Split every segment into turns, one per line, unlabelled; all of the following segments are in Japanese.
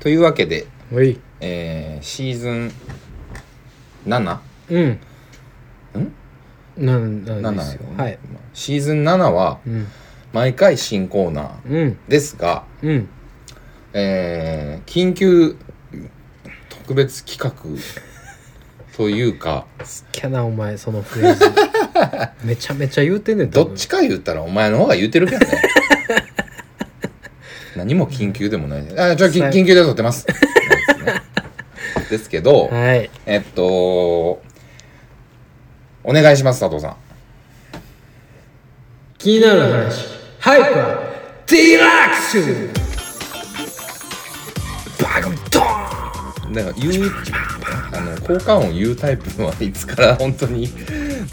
というわけで、
おい
えーシーズン 7?
うん
ん
なんなんですよ
7、
はい
シーズン7は
うん
毎回新コーナー
うん
ですが、
うん
えー緊急特別企画という か
すっきゃなお前そのフレー ズめちゃめちゃ言うてんねん多
ど
分
っちか言ったらお前の方が言うてるけどね 何も緊急でもないあじゃあ緊緊急で撮ってますですけど、
はい
えっとお願いします佐藤さん
気になる話ハイパーディラックスバカンドーン
なんか言うあの効果音言うタイプはいつから本当に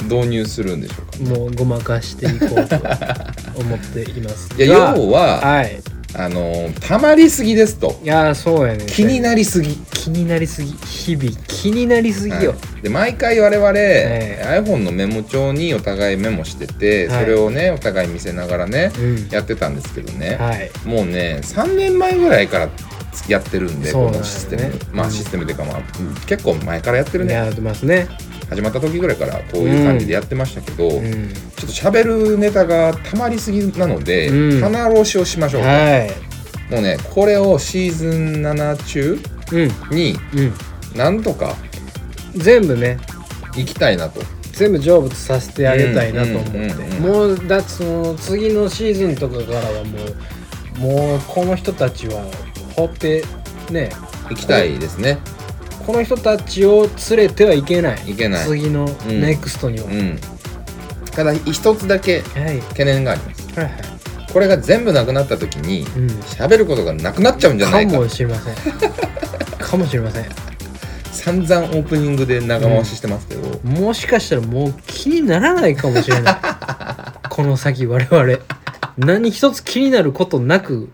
導入するんでしょうか
もうごまかしていこうと 思っています
いや
が
要は、
はい
あのたまりすぎですと
いやそうやねん
気になりすぎ
気になりすぎ日々気になりすぎよ、
はいで毎回我々、
え
iPhone のメモ帳にお互いメモしてて、
はい
それをねお互い見せながらね、
うん
やってたんですけどね、
はい
もうね3年前ぐらいからやってるんで
そう
こ
なん
の
だよね
システム、ま
う
あ
ん
システムというかまあ、結構前からやってるね
やってますね
始まった時ぐらいからこういう感じでやってましたけど、
う
ちょっ
ん
と喋るネタがたまりすぎなので、
うん
棚卸しをしましょう、
は
もうねこれをシーズン7中
いうん
に
うん
なんとか
全部ね
行きたいなと
全部成仏させてあげたいなと思って、
うんうんうんうん
もうだってその次のシーズンとかからはもうもうこの人たちは放ってね
行きたいですね
この人たちを連れてはいけない
いけない
次の
ん
ネクストには、
うんただ一つだけ
はい
懸念があります
はいはい
これが全部なくなった時に
うん
喋ることがなくなっちゃうんじゃない
か
か
もしれません かもしれません
散々オープニングで長回ししてますけど、
もしかしたらもう気にならないかもしれない この先我々何一つ気になることなく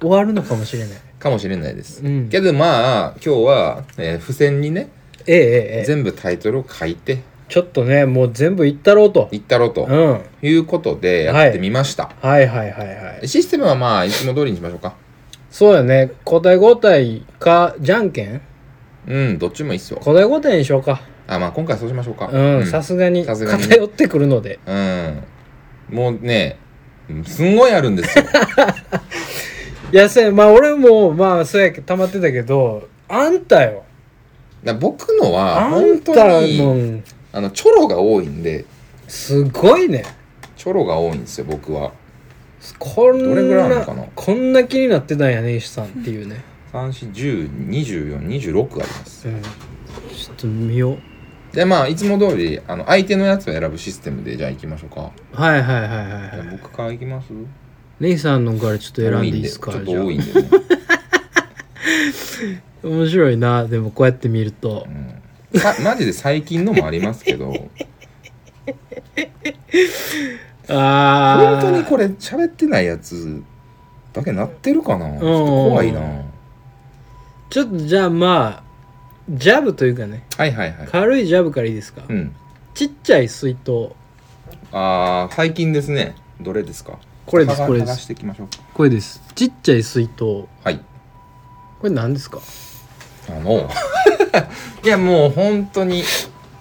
終わるのかもしれない
かもしれないです、
うん
けどまあ今日は、えー付箋にね
ええええええ
全部タイトルを書いて
ちょっとねもう全部言ったろうと
いったろう
う
と
んはい
いうことでやってみました、
はいはいはい
システムはまあいつも通りにしましょうか
そうだね交代交代かじゃんけん
うんどっちもいいっすよ
交代交代にしようか
あまあ今回そうしましょうか
うん
うん
さすがに
さすがに
偏ってくるので
うんもうねすんごいあるんですよ
いやせやまあ俺もまあそうやけ溜まってたけどあんたよ
だ僕のは
あ
本
んた
当に
もう
あのチョロが多いんです
ごいね
チョロが多いんですよ僕は
こんな
どれぐらいあるのかな
こんな気になってたんやね石さんっていうね、
34102426あります
うん、ちょっと見よう
でまあいつも通りあの相手のやつを選ぶシステムでじゃあ行きましょうか
はいはいはいはい
じゃ
は
あ
い
僕から行きます
ネイさんのからちょっと選んでいいですか
多んで
じ
ち
ゃ
ょっ
あ
と多いんでね、
面白いなでもこうやって見ると
うん、さマジで最近のもありますけど
あ
本
あ
当にこれ喋ってないやつだけなってるかなちょっと怖いな
うんちょっとじゃあまあジャブというかね
はいはいはい
軽いジャブからいいですか、
うん
ちっちゃい水筒
あー最近ですねどれですか
これです
剥が
これで
剥がし
す
ていきましょうか
これですちっちゃい水筒こ
はい
れ何ですか
あの いやもう本当に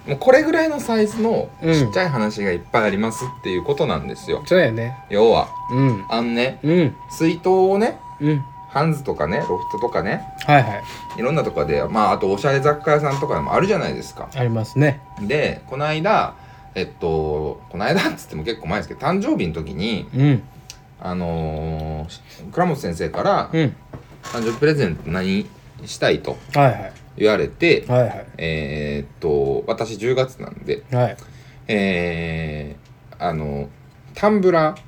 もうこれぐらいのサイズの
うん
ちっちゃい話がいっぱいありますっていうことなんですよ、
そうやね
要は
うん
あのね
うん
水筒をね
うん
ハンズとかねロフトとかね
はいはい
いろんなとこでまああとおしゃれ雑貨屋さんとかでもあるじゃないですか
ありますね
でこの間えっとこの間 っつっても結構前ですけど誕生日の時に
うん
あのー倉本先生から
うん
誕生日プレゼント何したいと
はいはい
言われて、
はいはい
えーっと私10月なんで
はい
えー、あのタンブラー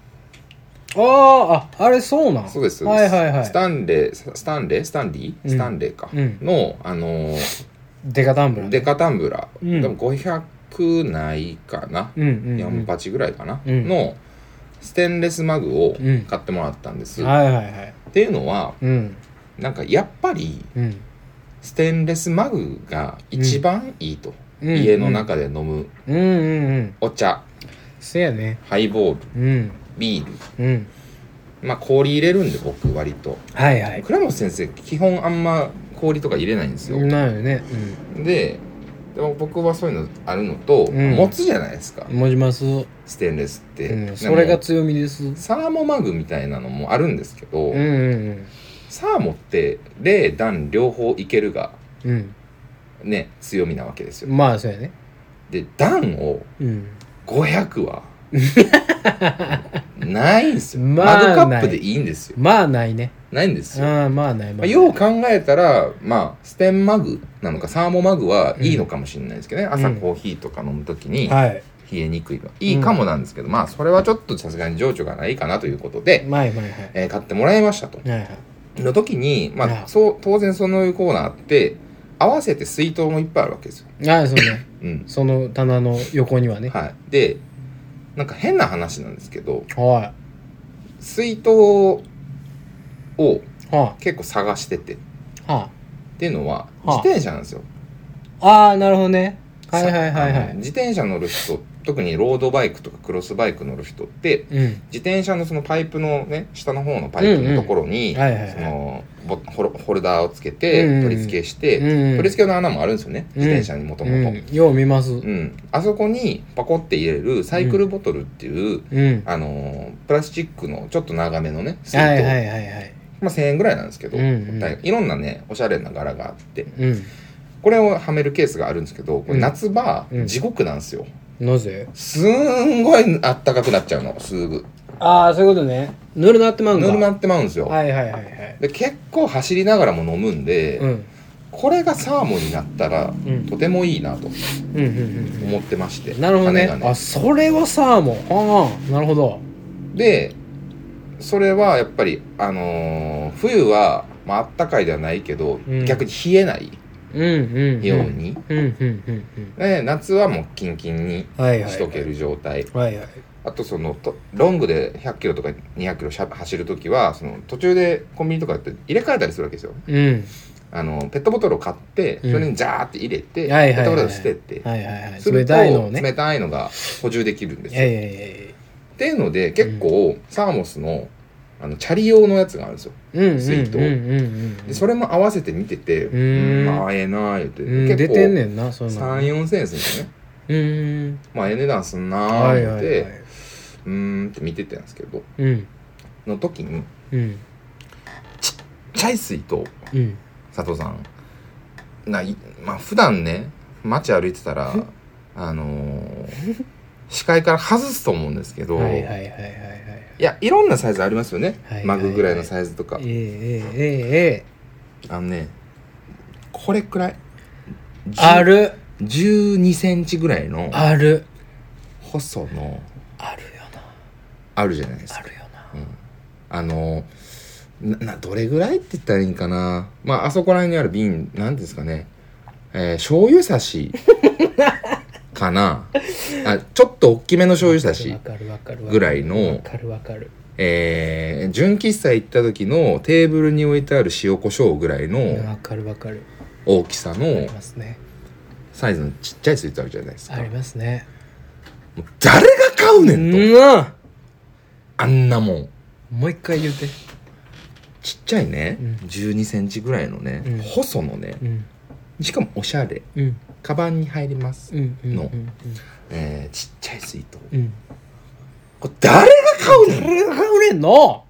あーああれそうなん
そうですそう
は
で
い
す、
はいはい
スタンレーススタンレースタンリ
う
ー
ん
スタンレーか、
うん
のあのー
デカタンブラー
デカタンブラー、
うん
でも500ないかな、
うんうんうん
4鉢ぐらいかな、
うん
のステンレスマグを
うん
買ってもらったんです、
はいはいはい
っていうのは
うん
なんかやっぱり
うん
ステンレスマグが一番いいと、
うん
家の中で飲む
うんうんうん
お茶
せやね
ハイボール
うん
ビール
うん
まあ氷入れるんで僕割と
はいはい
倉本先生基本あんま氷とか入れないんですよ、
ないよね
ででも僕はそういうのあるのと、
うん
持つじゃないですか、
うん持ちます、う
ステンレスって、でも
ん、それが強みですうん
サーモマグみたいなのもあるんですけど、
うんうん
サーモって冷暖両方いけるが
うん
ね強みなわけですよ
まあそうやね
で暖を
うん
500は ないんですよ、
まあ
マグカ
な
ッ
い
プでいいんですよ
まあないね
ないんですよ、
ああまあないま
まあ、
あない
よう考えたらまあステンマグなのかサーモマグはいいのかもしれないですけどね、朝コーヒーとか飲む時に
はい
冷えにくいのいいかもなんですけど、まあそれはちょっとさすがに情緒がないかなということで、
まあはいはいはい
えー買ってもらいましたと
はいはい
の時に、
は
まあ、
い
そう当然そのコーナーあって合わせて水筒もいっぱいあるわけですよ、
ああそうね
うん
その棚の横にはね
はい、でなんか変な話なんですけど
は
水筒を
いは
結構探しててっ
いは
ていうのは
はあ
自転車なんですよ、
いああなるほどねはいはいはいは
あの
い
自転車乗る人特にロードバイクとかクロスバイク乗る人って
うん
自転車のそのパイプのね下の方のパイプのところに
うんうんはいはいはい
そのボホルホルダーをつけて
うんうん
取り付けして、
うん
取り付けの穴もあるんですよね、
うん
自転車にもともと。
うん、よう見ます
う
う
んん、あそこにパコって入れるサイクルボトルっていう、あのープラスチックのちょっと長めのね水筒、
はいはいはいはい
まあ、1,000円ぐらいなんですけど、
うんうん
大いろんなねおしゃれな柄があって
うん
これをはめるケースがあるんですけどこれ夏場、
うん
地獄なんですよ
なぜ
すんごいあったかくなっちゃうのすぐ
ああそういうことねぬるなってまうん
ぬ
だ
るまってまうんですよ、
はいはいはいはい
で結構走りながらも飲むんで、
うん
これがサーモンになったら、
ん
とてもいいなと
うんうんうん
思ってまして、
うんなるほどね
種が
あそれはサーモンああなるほど
でそれはやっぱりあのー冬はまああったかいではないけど、
うん
逆に冷えない
うんうんうん
ように、
うんうんうんうん
で夏はもうキンキンに
はいはい
しとける状態、
はいはい
あとそのとロングで100キロとか200キロしゃ走るときはその途中でコンビニとかって入れ替えたりするわけですよ
うん
あのペットボトルを買って
うん
それにジャーって入れて、
はいはいはい
ペットボトルを捨てて、
はいはいはい
する
冷
と
たいのをね
冷たいのが補充できるんです
い
よ、
やいやいやいや
っていうので結構、サーモスのあのチャリ用のやつがあるんですよ
うんうん
水筒
うんうんうん
でそれも合わせて見てて「
ーん
まあええな」言って、
うん
結
出
構
てんねんなそんなの
34千円するんですよね
うん
まあええ値段すんな
はい
ー
は
っ
い
て、
はいう
ーんって見てたんですけど
うん
の時に
うん
チャイスイと
うん
佐藤さんないまあ普段ね街歩いてたらあのー視界から外すと思うんですけど、
はいはいはい
い、
はいはい
やいろんなサイズありますよね、
はい
マグぐらいのサイズとか、
ええええええ
あのねこれくらい
ある
1 2ンチぐらいの
ある
細の
あるよな
あるじゃないです
あ
か
るよな
あのななどれぐらいって言ったらいいんかなまああそこら辺にある瓶なんですかねえー、醤油差しかなあちょっと大きめの醤油差し
わかるわかるわか
ぐ
る
らいの
わかるわかる
えー、純喫茶行った時のテーブルに置いてある塩コショウぐらいの
わかるわかる
大きさの
ありますね
サイズのちっちゃいスイーツあるじゃないですか
ありますね
もう誰が買うねんと
な
あんなもん
もう一回言うて
ちっちゃいね、
うん
1 2ンチぐらいのね、
うん
細のね
うん
しかもおしゃれ
うん
カバンに入ります、
うんうん
の
うん
えーちっちゃい水筒
うん
これ誰が買うねんっ
誰が売れんの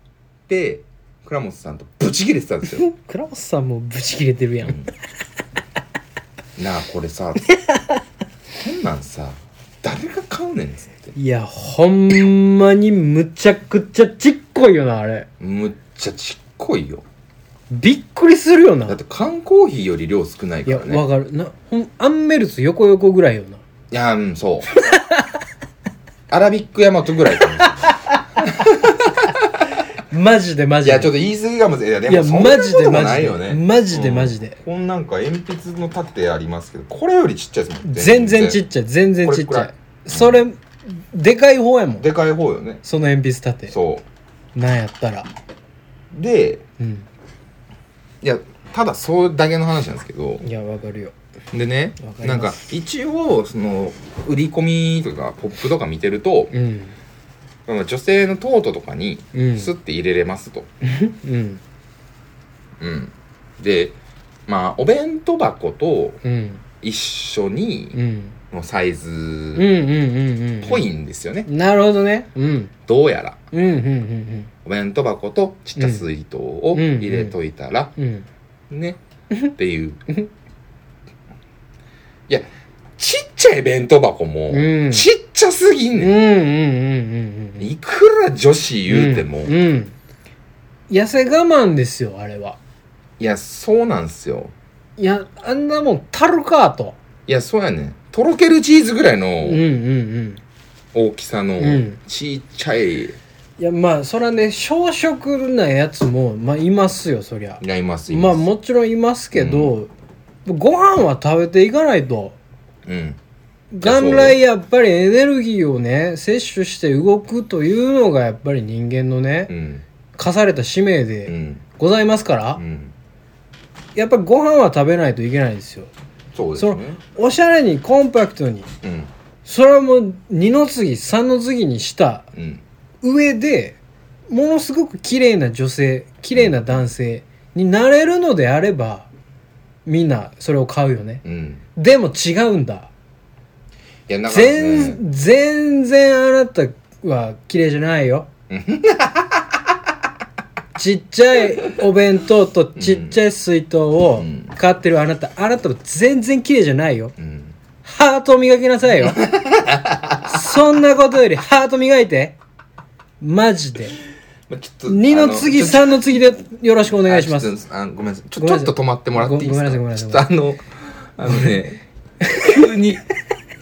て倉本さんとブチ切れてたんです よ
倉本さんもブチ切れてるやん
なあこれさこんなんさ誰が買うねんっつって
いやほんまにむちゃくちゃちっこいよなあれ
むっちゃちっこいよ
びっくりするよな
だって缶コーヒーより量少ない
い
か
や
らねいや
わかるなほんアンメルツ横横ぐらいよな
うんそう アラビックヤマトぐらいかもしれない
マジでマ
い
ジで
や、ちょっと言い過ぎかもしれない。
い
いや、で
や
もそんな
マジ
こ
で
ともないよね。
マジでマジで
うんこんなんか鉛筆の縦ありますけど、これよりちっちゃいですもん。
全然ちっちゃい全然ちっ
こ
ち
れ
ゃ
くら
いそれでかい方やもん
でかい方よね。
その鉛筆立て
そ
なんやったら
う。で、
うん
いや、ただそうだけの話なんですけど、
いやわかるよ
でね
わか、ります
なんか一応、その、売り込みとか、ポップとか見てると、
うん
うん女性のトートとかに
うん
スッて入れれますと、
うん
うん、でまあお弁当箱と
うん
一緒
う
に
ん
のサイ
うん
ズ
うんうんうん
っぽいんですよね、
なるほどねうん
どうやら
うんうんうん
お弁当箱とちっちゃい水筒を
うんうん
入れといたら、
うんうん
ねっていういやちっちゃい弁当箱も
うん
ちっちゃすぎん
うん
ねん、
うんうんうんうん
いくら女子言うても、
うん
い
うん痩せ我慢ですよあれは
やそうなんすよ
いやあんなもんたるかと
いやそうやねんとろけるチーズぐらい
うん
の
うんうん
大きさの
うん
ちっちゃい
いやまあそらね小食なやつもまあいますよそりゃ
になります
まあ
今
もちろんいますけど、ご飯は食べていかないと
うん
元来やっぱりエネルギーをね摂取して動くというのがやっぱり人間のね、
うん
課された使命
う
で
ん
ございますから、
うん
やっぱりご飯は食べないといけないですよ
そうですね
おしゃれにコンパクトに
うん
それはもう二の次三の次にした
うん
上でものすごく綺麗な女性綺麗な男性になれるのであればみんなそれを買うよね
うん
でも違うんだ
いやだからね
全全然あなたは綺麗じゃないよ ちっちゃいお弁当とちっちゃい水筒を
うん
買ってるあなたあなたは全然綺麗じゃないよ
うん
ハートを磨きなさいよそんなことよりハート磨いてマジで
まあちょっと
2
あ
の次
ちょっと
3の次でよろしくお願いしま
あ
す
ちょっとあごめんなさい。ちょ
ごめん
ちょ
な
っ
さい
と止まってもらっていいですか
ごごめんなさいごめん
ちょっとあの、あのね、急に、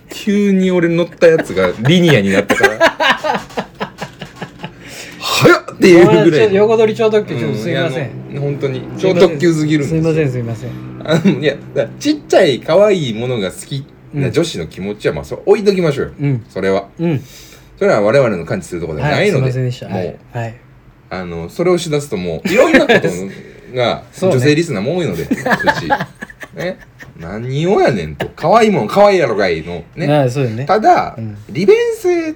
急に俺乗ったやつがリニアになった から。早っっていう
ごめんなさい
ぐ
ち
らい
ょっと
の。
横取り超特急ちょっと
う
すいません、。
あの本当に、超特急すぎるん
す
で
い
す
ま
よ
せんすいません
あのいや、だからちっちゃい可愛いものが好きな女子の気持ちは、まあ、それ置いときましょうよ。
うん
それは。
うん
それは我々の感知するところではないので、
はい、すいませんでした
もう、
はい、はい
あの、それをしだすともう、いろんなことが、
そうね
女性リスナーも多い ので、うち。ね。何をやねんと。可愛いもん、可愛いやろがいの。ね。
ああそうよね
ただ
うん、
利便性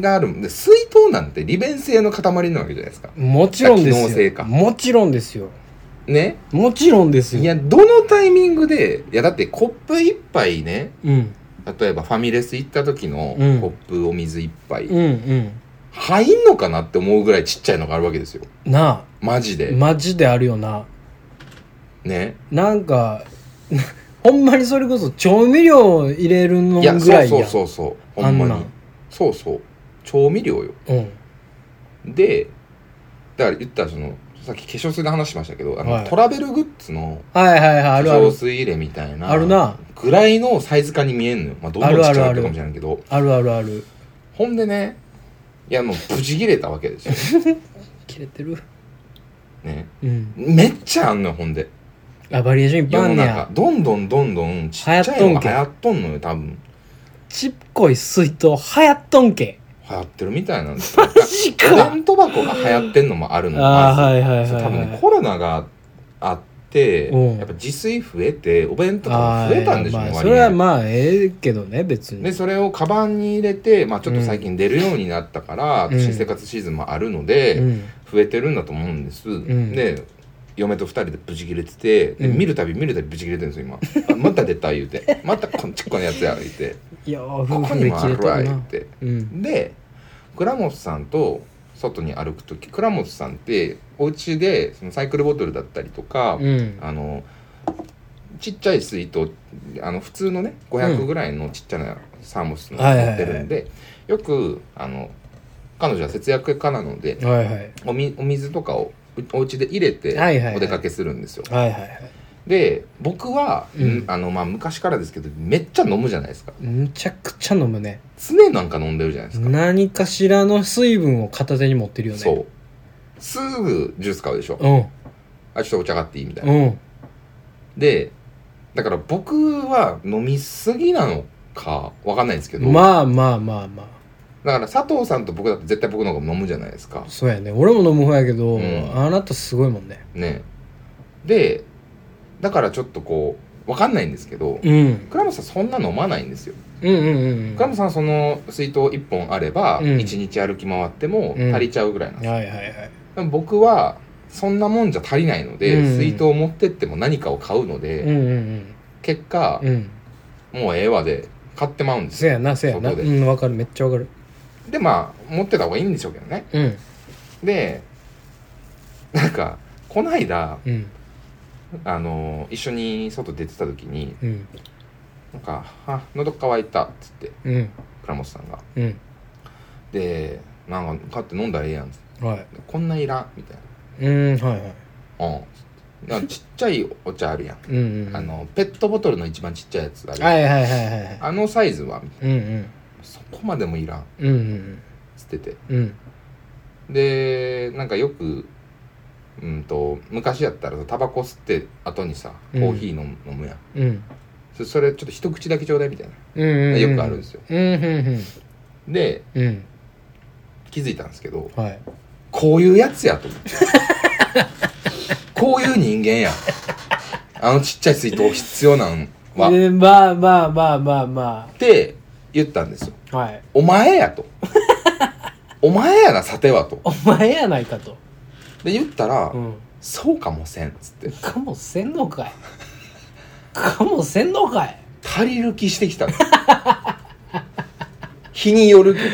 があるんで、水筒なんて利便性の塊なわけじゃないですか。
もちろんで
機能
す
性
よ
か
もちろんですよ
ね。
もちろんですよ
いや、どのタイミングで、いや、だってコップ一杯ね、
うん
例えばファミレス行った時のコ
うん
ップお水一杯、
うんうん
入んのかなって思うぐらいちっちゃいのがあるわけですよ。
な
マジ
あ
で。
マジであるよな
ね。
なんか ほんまにそれこそ調味料を入れる
い
のぐ
や、
らい
そ
や
うそうそうそう。ほんま
あん
に
なん。
そうそう。調味料よ。
うん
で、だから言ったらその、さっき化粧水の話しましたけど、あの、
はい
トラベルグッズの
はいはいはい
化
あるあ
粧
る
水入れみたいな、
あるな
ぐらいのサイズ感に見えんのよ。まあ、どん
あ
どん
るあ
ちっち
る
ゃくなっ
あ
て
る
るかもしれないけど。
あるあるある
ほんでね、いやもうブチ切れたわけですよ。
切れてる
ね。
うん
めっちゃあんのよ、ほんで。
あバリエーションいっぱい
世
あ
の
んね
中
や。
どんどんどんどんちっちゃいのが流行っとんのよ、多分。
ちっこい水筒流行っとんけ
流行ってるみたいなんですよ。
マジ
お
か
弁当箱が流行ってんのもあるのよ
あ
ま
あ
ず
はいはいはい、
そう
はい、
多分ねコロナがあって、
うん
やっぱ自炊増えてお弁当と
あ
か
あ
増えたんでしょうね、
まあ、そ
割
れは
合
まあええけどね別に
でそれをカバンに入れて、まあ、ちょっと最近出るようになったから、
うん
新生活シーズンもあるので、
うん
増えてるんだと思うんです、
ん
で嫁と二人でブチ切れてて、で
うん
見るたび見るたびブチ切れてるんですよ今あまた出た言うてまたこんちっこのやつや言う て
いや
こ
夫
こ
婦
に
で
もあ
切れ
る
た
わ言
な
って
うん
で倉本さんと外に歩く時倉本さんってお家でそのサイクルボトルだったりとか、
うん
あのちっちゃい水筒あの普通のね
う
500
ん
ぐらいのちっちゃなサーモスの
はいはい
持
はい
ってるんで、よくあの彼女は節約家なので
はいはい
おみお水とかをうお家で入れて
はいはいはい
お出かけするんですよ、
はいはいはい
で僕は、
うん
あのまあ、昔からですけどめっちゃ飲むじゃないですか
むちゃくちゃ飲むね
常なんか飲んでるじゃないですか、
何かしらの水分を片手に持ってるよね
そうすぐジュース買うでしょ、
うん
あちょっとお茶買っていいみたいな、
うん
でだから僕は飲みすぎなのかわかんないですけど、
まあまあまあまあ
だから佐藤さんと僕だって絶対僕の方が飲むじゃないですか
そうやね俺も飲む方やけど、
うん
あなたすごいもんね
ねでだからちょっとこうわかんないんですけど、
うん
倉本さんそんな飲まないんですよ
うんうんうん
倉本さんはその水筒1本あれば
うん
1日歩き回っても
うん
足りちゃうぐらいなんですよ
はいはいはい
でも僕はそんなもんじゃ足りないので、
うん
水筒を持ってっても何かを買うので、
うんうん
結果
うん、うん
もうええわで買ってまうんです
せ
よ
やなせやなう
外で
んわかるめっちゃわかる
でまあ持ってた方がいいんでしょうけどね
うん
でなんかこの間
うん
あの一緒に外出てた時に
うん
なんか「あ喉乾いた」っつって
うん
倉本さんが
うん
で「なんか買って飲んだらええやん」つって
はい
こんないらん」みたい
うんはいはい
な「うん」つってなんかちっちゃいお茶あるやん
うんうん
あのペットボトルの一番ちっちゃいやつあるやん
はいはいはいはいはい
あのサイズはみたい
うんうん
なそこまでもいらんっ
うんうん
つってて
うん
でなんかよくうんと昔やったらタバコ吸って後にさコ
うん
ーヒー飲む,、飲むやん
うん
そそれちょっと一口だけちょうだいみたいな
うんうんうん
よくあるんですよ
うんうん
で
うんうん
気づいたんですけど
はい
こういうやつやと思ってこういう人間やあのちっちゃい水筒必要なんはっ
えーまあまあまあまあま
て言ったんですよ
あはい
お前やとお前やなさてはと
お前やないかと
で言ったら、
うん
そうかもせんっつって
かもせんのかいかもせんのかい
足りる気してきたの日によるけど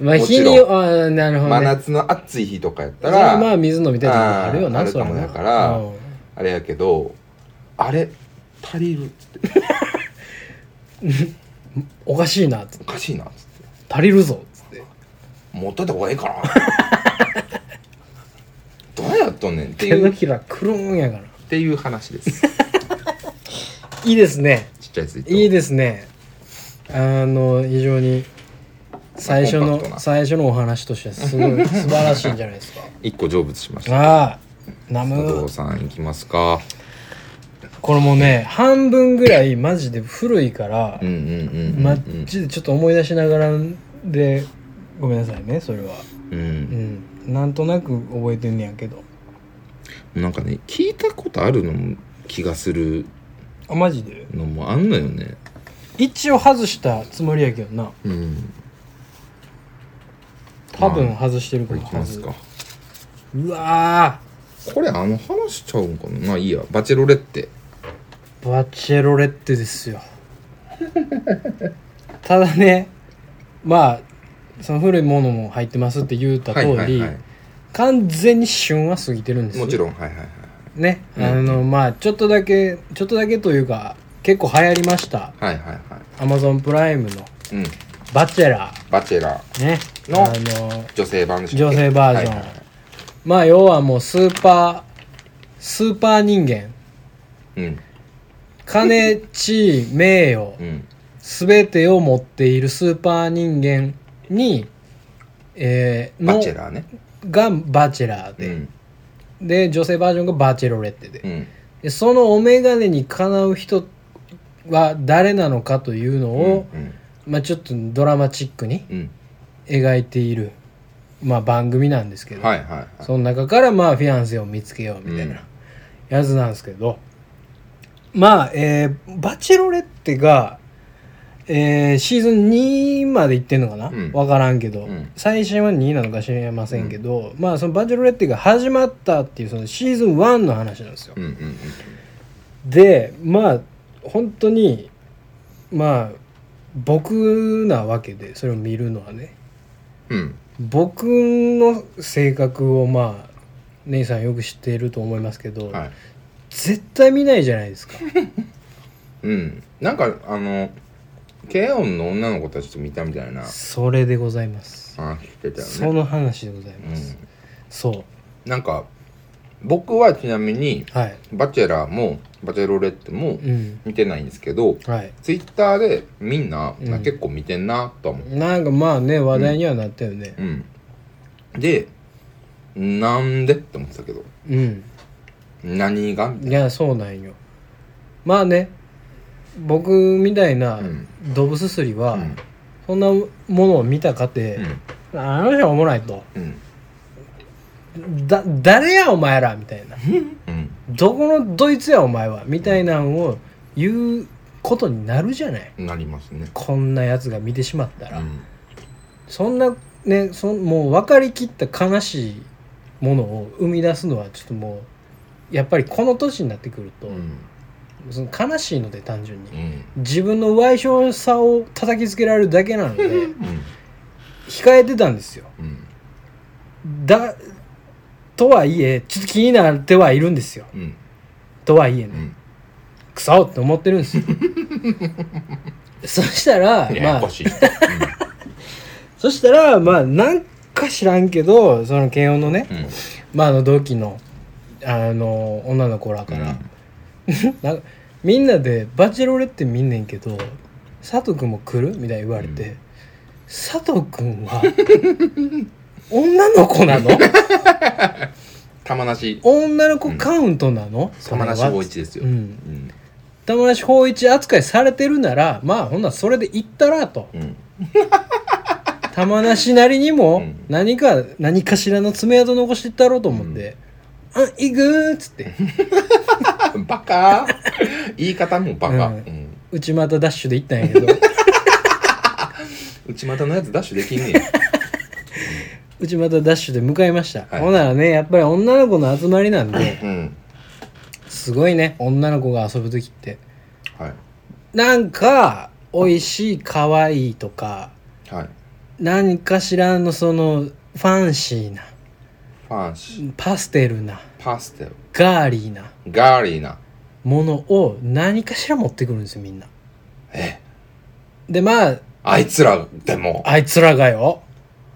まあ
も
日
ちろん
にああなるほど
真
ね
夏の暑い日とかやった
それ
ら、
はまあ水飲みたいとかあるよ
あ
な
ー
それはな
あるかもだから
うん
あれやけどあれ足りるっつって
おかしいなつ
おかしいなっつって
足りるぞつって
持っといた方がいいかな どうやっとんねんって
手
いう
の
っ
ひらくるんやから
ていう話です
いいですね
ちっちゃいツイート
いいですねあの非常に最初
コンパクト
の
な
最初のお話としてはす ごい素晴らしいんじゃないですか
一個成仏しました
ああナ
佐
ム
藤さんいきますか
これもうね半分ぐらいマジで古いから
うんうんうんうん
マジでちょっと思い出しながらでごめんなさいねそれは
う、
うんんなんとなく覚えてんねやけど
なんかね聞いたことあるのも気がする
あマジで
のもあんのよね
一応外したつもりやけどな
うん
多分外してる
こ
か
れ
ら
いきますか
うわ
これあの話しちゃうんかなまあいいやバチェロレッテ
ーバチェロレッテで すよただねまあその古いものも入ってますって言った通り、完全に旬は過ぎてるんですよ
もちろんはいはいはい
ね、
うん
あのまあちょっとだけちょっとだけというか結構流行りました
はいはいは
アマゾンプライムの
いうん
「バチェラ
バチェラー
ーね」
の
あの
女性版でしたっけ
女性バージョ
は
ン、
いはいはい
まあ要はもうスーパースーパー人間
うん
金地位名誉
うん
全てを持っているスーパー人間に、えー、
バ
の
チェラーね
がバチェラー
う
で、
ん
で女性バージョンがバチェロレッテで
うん
でそのお眼鏡にかなう人は誰なのかというのを、
うん
まあ、ちょっとドラマチックに
うん
描いている、まあ、番組なんですけど、
はいはいはい
その中からまあフィアンセを見つけようみたい
うん
なやつなんですけど、まあ、えーバチェロレッテが、えーシーズン2まで行ってんのかな、わ
うん
からんけど、
うん
最新は2なのか知りませんけど、まあそのバチェロレッテが始まったっていうそのシーズン1の話なんですよ。
うんうんうん
でまあ本当にまあ僕なわけでそれを見るのはね
うん
僕の性格をまあ姉さんよく知っていると思いますけど、
はい
絶対見ないじゃないですか
うんなんかあのケオンの女の子たちと見たみたいな
それでございます、
話してたよね
その話でございうます、
ん
そ
なんか僕はちなみに
うはい
バチェラーもバチェロレッテも
うん
見てないんですけど、
はい
ツイッターでみんな、
うん
結構見てんなとは思う。
なんかまあね話題にはなったよね
うん。で、なんでって思ってたけど、
うん
何がみたい
いやそうなんよまあね僕みたいな
うん
ドブすすりは、
な。うん。
そんなものを見たかって、あの人はおもろいと
うん。
だ誰やお前らみたいな
うん。
どこのドイツやお前はみたいなんをいうことになるじゃない
なりますね
こんなやつが見てしまった
う
ら、
ん
そんなねそんもう分かりきった悲しいものを生み出すのはちょっともうやっぱりこの年になってくると、
うん
その悲しいので単純に
う、ん
自分の賠償さを叩きつけられるだけなので
うん
控えてたんですよ
うん
だとはいえちょっと気になってはいるんですよ
うん
とはいえ
う
ね、
ん
クソって思ってるんですよ そしたら
や
ま
や
あ
こしい
そしたらまあなんか知らんけどその慶応のね、
うんうん
まあ、あの同期のあの女の子らから、なんかみんなで「バチェロレって見んねんけど佐藤君も来る?」みたいに言われて「
うん
佐藤君は女の子なの
玉梨
女の子カウントなの?それ
玉
は」
梨光一ですよ
う
うんん
玉梨光一扱いされてるならまあほんならそれで行ったらと
うん
玉梨なりに
う
も
ん
何か、何かしらの爪痕残していったろうと思って「あ行く?」っつって
バカ言い方もバカ、
う
うんん、
内股ダッシュで行ったんや けど
内股のやつダッシュできんねや
内股ダッシュで向かいました、
はい
ほんならねやっぱり女の子の集まりなんで
うん
すごいね女の子が遊ぶ時って
はい
なんか美味しい可愛いとか
はい
何かしらのそのファンシーな
ファンシー
パステルな
パステル
ガーリーな
ガーリーな
ものを何かしら持ってくるんですよみんな
え
でまあ
あいつらでも
あいつらがよ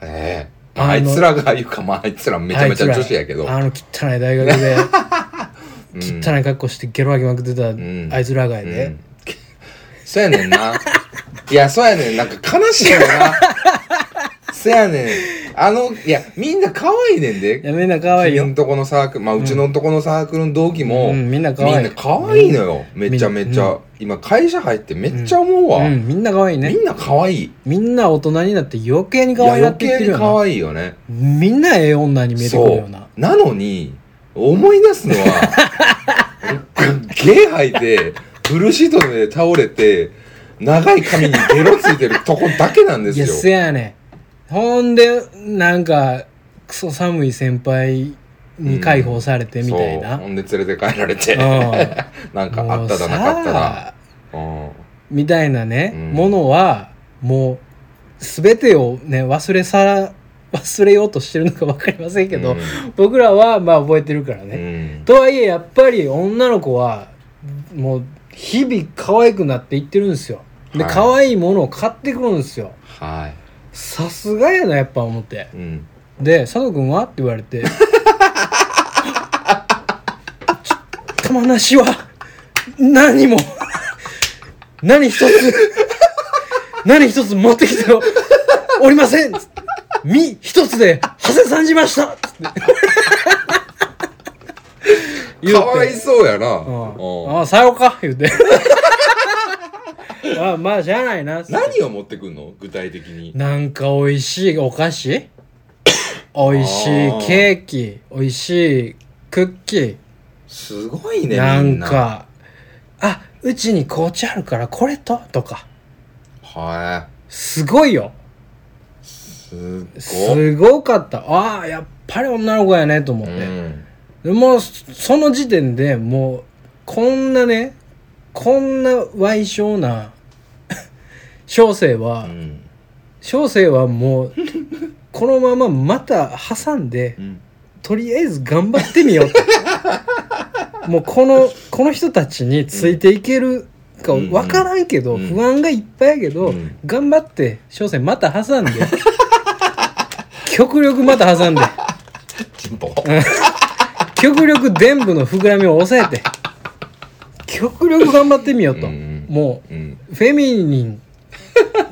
ええ
あの
あいつらが言うかまああいつらめちゃめちゃ
あいつら
女子やけど
あの汚い大学 で
うん
汚い格好してゲロ上げまくってた
ん
あいつらがいうで
んそうやねんな いやそうやねんなんか悲しいよな そうやねんあのいやみんな可愛いねんで
いやみんな可愛いよ
君んとこのサークルまあうちのとこのサークルの同期も、
うんみんな可
み
愛
ん
い
な可愛いのよめちゃめちゃ、今会社入ってめっちゃ思うわ、
うんみんな可愛いね
みんな可愛い
みんな大人になって余計に
いや
可愛いなっ
余
て言っ
計
て
に
るよ
可
な
愛いよね
みんなええ女に見えてくるような
そうなのに思い出すのは ゲー吐いてブルーシートの上で倒れて長い髪にゲロついてるとこだけなんで
い
す
や
よ
せやねんほんでなんかクソ寒い先輩に解放されてみたいな、
そうほんで連れて帰られて、なんかあっただなかったら
ら
うん
みたいなね、
うん
ものはもう全てをね忘れさ 忘れようとしてるのか分かりませんけど、
うん
僕らはまあ覚えてるから
う
ね、
ん
とはいえやっぱり女の子はもう日々可愛くなっていってるんですよで、
はい
可愛いものを買ってくるんですよ
は
さすがやなやっぱ思って
い、うん、
で「佐藤君は?」って言われて「玉なしは何も何一つ何一つ持ってきておりません」つって身一つで長谷さんじました」つって言う
かわいそうやな、
うん
うん
ああさようか言うてあまあしゃあないなつって
何を持ってくんの具体的に
なんか美味しいお菓子美味しいケーキ美味しいクッキー、
すごいね
なん
みんな
かあうちに紅茶あるからこれととか
は
すごいよ
いすっご
すごかったああやっぱり女の子やねと思っ
う
て、
ん
でもうそその時点でもうこんなねこんな歪小な小生は、
うん
小生はもうこのまままた挟んで
うん
とりあえず頑張ってみよう ともうこのこの人たちについていけるか
うん
分からんけど、
うん
不安がいっぱいやけど、
うん
頑張って小生また挟んで 極力また挟んで
チンポ
極力伝部の膨らみを抑えて極力頑張ってみようと、
うん
も
うん
うフェミニン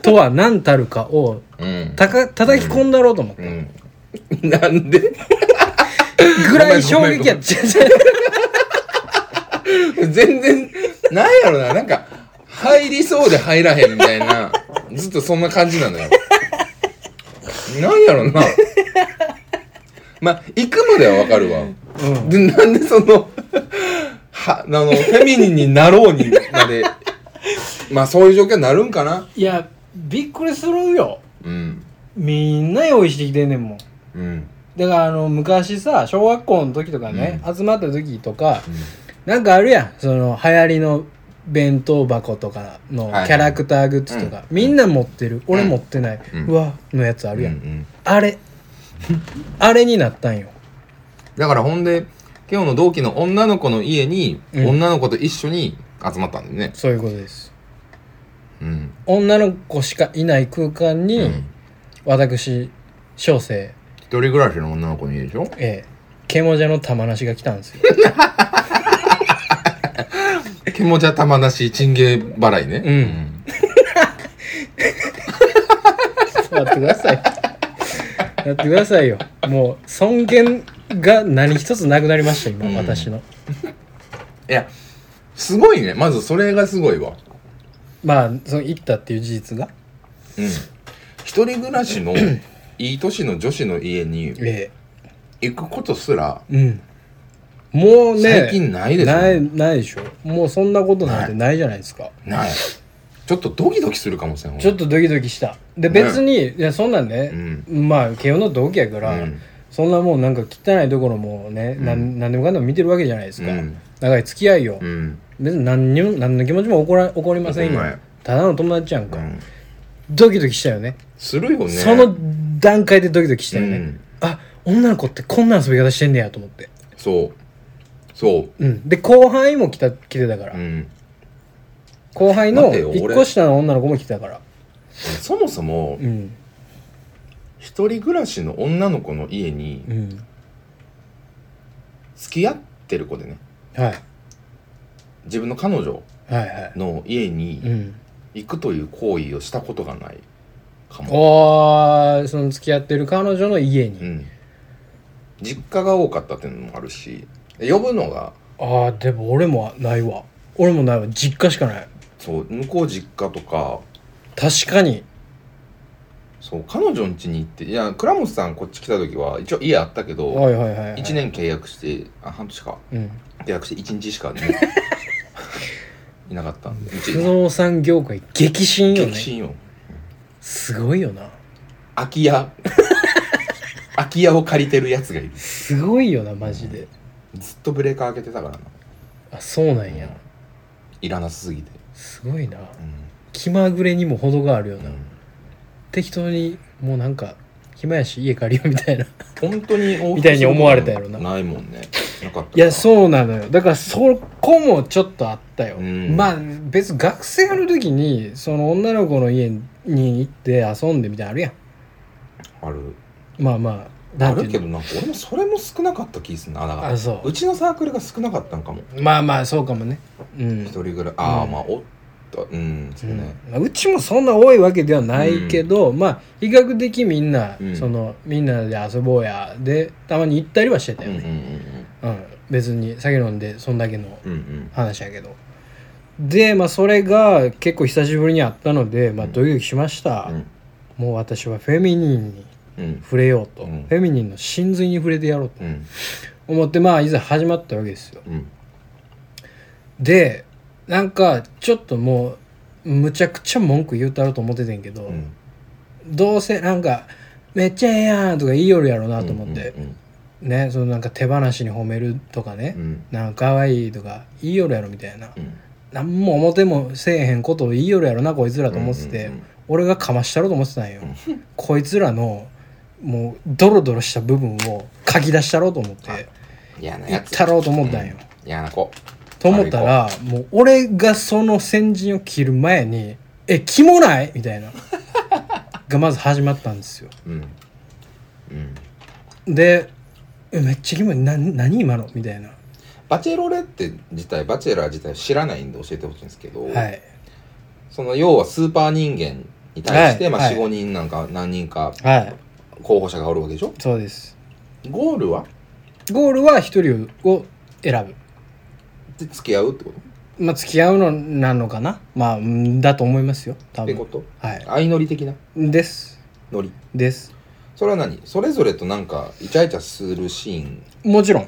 とは何たるかを
うん
たか叩き込んだろうと思って。
うんなんで
ぐらい衝撃やっ
全然なんやろななんか入りそうで入らへんみたいなずっとそんな感じなのよなんやろなまあ行くまではわかるわ
うん
でなんでそのは、あの、フェミニンになろうにまで、まあそういう状況になるんかな。
いやびっくりするよ
うん。
みんな用意してきてんねんもん
うん。
だからあの昔さ小学校の時とかね、集まった時とか
うん
なんかあるやんその流行りの弁当箱とかの
いはい
キャラクターグッズとか、
う
みんな持ってる、俺持ってない、
う
うんわのやつあるやん、
うんうん
あれあれになったんよ
だからほんで、今日の同期の女の子の家に、
うん
女の子と一緒に集まったんだよね。
そういうことです
うん。
女の子しかいない空間
う
に、
ん。
私小生
一人暮らしの女の子の家でしょ
ええ獣じゃの玉なしが来たんですよ
気持ちは玉出し、チンゲ払いね。
うん待ってください待ってくださいよもう尊厳が何一つなくなりました今、
うん
私の
いや、すごいね。まずそれがすごいわ。
まあその行ったっていう事実が
うん。一人暮らしの、いい年の女子の家に
え
行くことすら、
えうんもうね
最近ないですね
ないないでしょもうそんなことなんてないじゃないですか
ない。ちょっとドキドキするかもしれん。
ちょっ
と。
とドキドキしたで
ね
別に、いやそんなんね、まあ慶応の同期やから、
うん
そんなもうなんか汚いところもね、なん、
うん
何でもかんでも見てるわけじゃないですか、
うん
長い付き合いよ、
うん。
別に何にも何の気持ちも怒ら怒りませんよ
怒らない
ただの友達やん
う
か、
ん。
ドキドキしたよね
するよね。
その段階でドキドキしたよね、
うん
あ女の子ってこんな遊び方してんねやと思って
そう。そう。
うんで後輩も来た来てたから、
うん。
後輩の
待てよ俺
一個下の女の子も来てたから
そもそも
う、ん
一人暮らしの女の子の家に
う、ん
付き合ってる子でね、
はい
自分の彼女
はいはい
の家
う
に
ん
行くという行為をしたことがないかも。
おーその付き合ってる彼女の家に、
うん。実家が多かったっていうのもあるし、呼ぶのが、
ああでも俺もないわ俺もないわ実家しかない
そう、向こう実家とか、
確かに
そう、彼女ん家に行って、いや、倉本さんこっち来た時は、一応家あったけど、
はいはいはい、はい、
1年契約してあ半年か
うん
契約して1日しかね いなかったんでうち
不動産業界激震よね
激震よ
すごいよな
空き家空き家を借りてるやつがいる
すごいよなマジで、
ずっとブレーカー開けてたからな
あそうなんや、
いらなすすぎて
すごいな
う
気まぐれにも程があるよ
ん、
な、
うん、
適当にもうなんか暇やし家借りようみ たいない
本当に往復すること
みたいに思われたやろな
ないもんねなかった
やそうなのよだからそこもちょっとあったよ、
うん
まあ別に学生の時にその女の子の家に行って遊んでみたいなのあるや
ある
んまあまあな
あ
んて
る
いう
け
の
どなんか俺もそれも少なかった気すんなだから
あそう
うちのサークルが少なかったんかも
まあまあそうかもねうん
一人ぐらいああ、
うん
まあおったうんそうね、
うんまあうちもそんな多いわけではないけど、まあ比較的みんな、
うん
そのみんなで遊ぼうやでたまに行ったりはしてた
うん
よ
うん
ね、うん別に酒飲んでそんだけの
うんうんうん
話やけどでまあそれが結構久しぶりにあったので、まあ、ドキドキしました、
うん
もう私はフェミニンに
うん
触れようと、
うん
フェミニンの真髄に触れてやろうと
うん
思ってまあいざ始まったわけですよ
うん
でなんかちょっともうむちゃくちゃ文句言うたろうと思っててんけど、
うん
どうせなんか「めっちゃええやん」とか言いよるやろなと思って、
うん
ねそのなんか手放しに褒めるとかね、
うん
なんか可愛いとか言いよるやろみたいな、
うん
なんも表もせえへんことを言いよるやろなこいつらと思ってて、
うんうんうん
俺がかましたろうと思ってたんよ、こいつらのもうドロドロした部分を書き出したろうと思って
嫌な
言
や
っ
つ
たろうと思ったんよ、
嫌な子
と思ったらもう俺がその先陣を切る前に「えキモない?」み たいながまず始まったんですよ
うんうん
でえめっちゃキモいな何今のみたいな
バチェロレって自体バチェラー自体を知らないんで教えてほしいんですけど、
はい
その要はスーパー人間に対して、
はい
まあ、
はい
45人なんか何人か
はい
候補者がおるわけでしょ
そうです
ゴールは
ゴールは一人を選
で付き合うってこ
ぶまあ付き合うのなのかなまあうんだと思いますよ
と
多
ってこ
分
と
はい
相乗り的な
です
ノリ
です
それは何それぞれとなんかイチャイチャするシーン
もちろん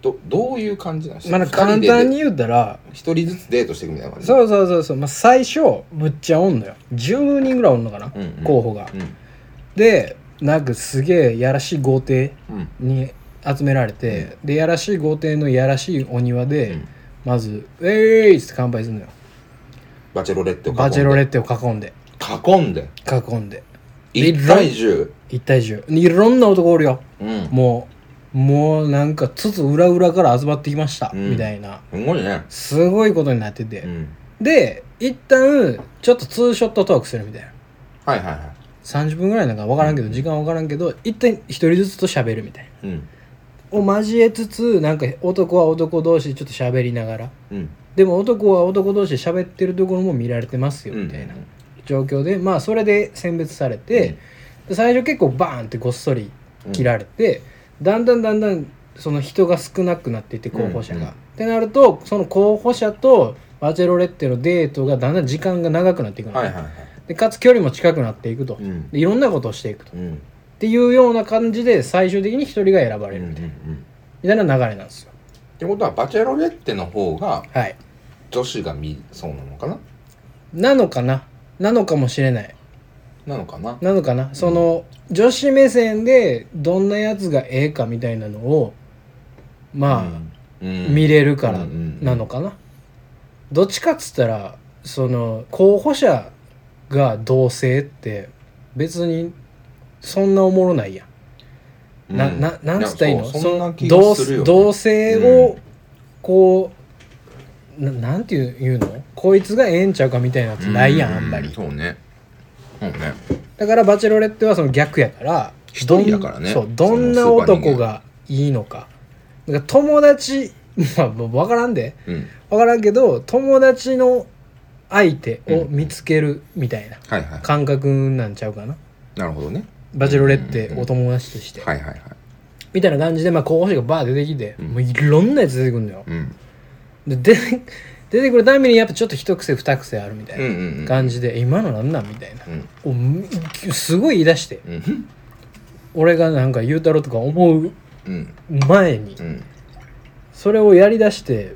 どどういう感じなんです
まあ、簡単に言ったら
一人ずつデートしていくみたいな感じ
そうそうそうそう、まあ、最初むっちゃおんのよ10人ぐらいおんのかな、
うんうん
候補が、
う
でなんかすげえやらしい豪邸
んうん
に集められて、でやらしい豪邸のやらしいお庭で、
うん
まず「えーい!」って乾杯するのよ
バチェロレッテを囲んで
バチェロレッテを囲んで
囲んで
囲んで
一対十
一対十いろんな男おるよ
うん
もうもうなんかつつ裏裏から集まってきました、
うん
みたいな
すごいね
すごいことになってて、
うん
で一旦ちょっとツーショットトークするみたいな
はいはいは
30分ぐらいなんか分からんけど、時間分からんけど一旦一人ずつと喋るみたいない
うん
を交えつつなんか男は男同士でちょっと喋りながら
うん
でも男は男同士で喋ってるところも見られてますよみたいな
うん
状況で、まあそれで選別されて、で最初結構バーンってごっそり切られて、だんだんだんだんその人が少なくなっていって候補者が。
うんうん
ってなるとその候補者とバチェロレッテのデートがだんだん時間が長くなっていくの、
はいはいはい
でかつ距離も近くなっていくと、
うん
でいろんなことをしていくと。
うん
っていうような感じで最終的に一人が選ば
うんう
れ
ん
るみたいな,、
うん
みたいな流れなんですよ
ってことはバチェロレッテの方が
はい
女子が見そうなのかな
なのかななのかもしれない
なのかな
なのかなその、女子目線でどんなやつがええかみたいなのをまあ、
うん
見れるから
うんうんうん
なのかな、どっちかっつったらその候補者が同性って別にそんなおもろないやん
うん
なななんつったらいいの
やそう
そ
そん
の
な気がするよね
同同性
う
を
ん
こう、ななんていう言うのこいつがええんちゃうかみたいなやつないやんあんま
う
り
そうねそうね
だからバチェロレッテはその逆やから
一
どん
人やからね
そうどん
そ
な
のスーパー人間
男がいいのかだから友達 まあもう分からんで
うん
分からんけど友達の相手を見つけるみたいな
はいはい
感覚なんちゃうかな
なるほどね
バチェロレッテお友達として
はいはいはい
みたいな感じで、まあ、候補者がバー出てきて、
うん
もういろんなやつ出てくるのよ。
うん
で、出て出てくるたびにやっぱちょっと一癖二癖あるみた
うん
い
うんう
なん感じで、今のなんなんみたいな
う。ん
おむすごい言い出して、
うん
俺がなんか言うたろとか思う
うん
前に
う、ん
それをやり出して、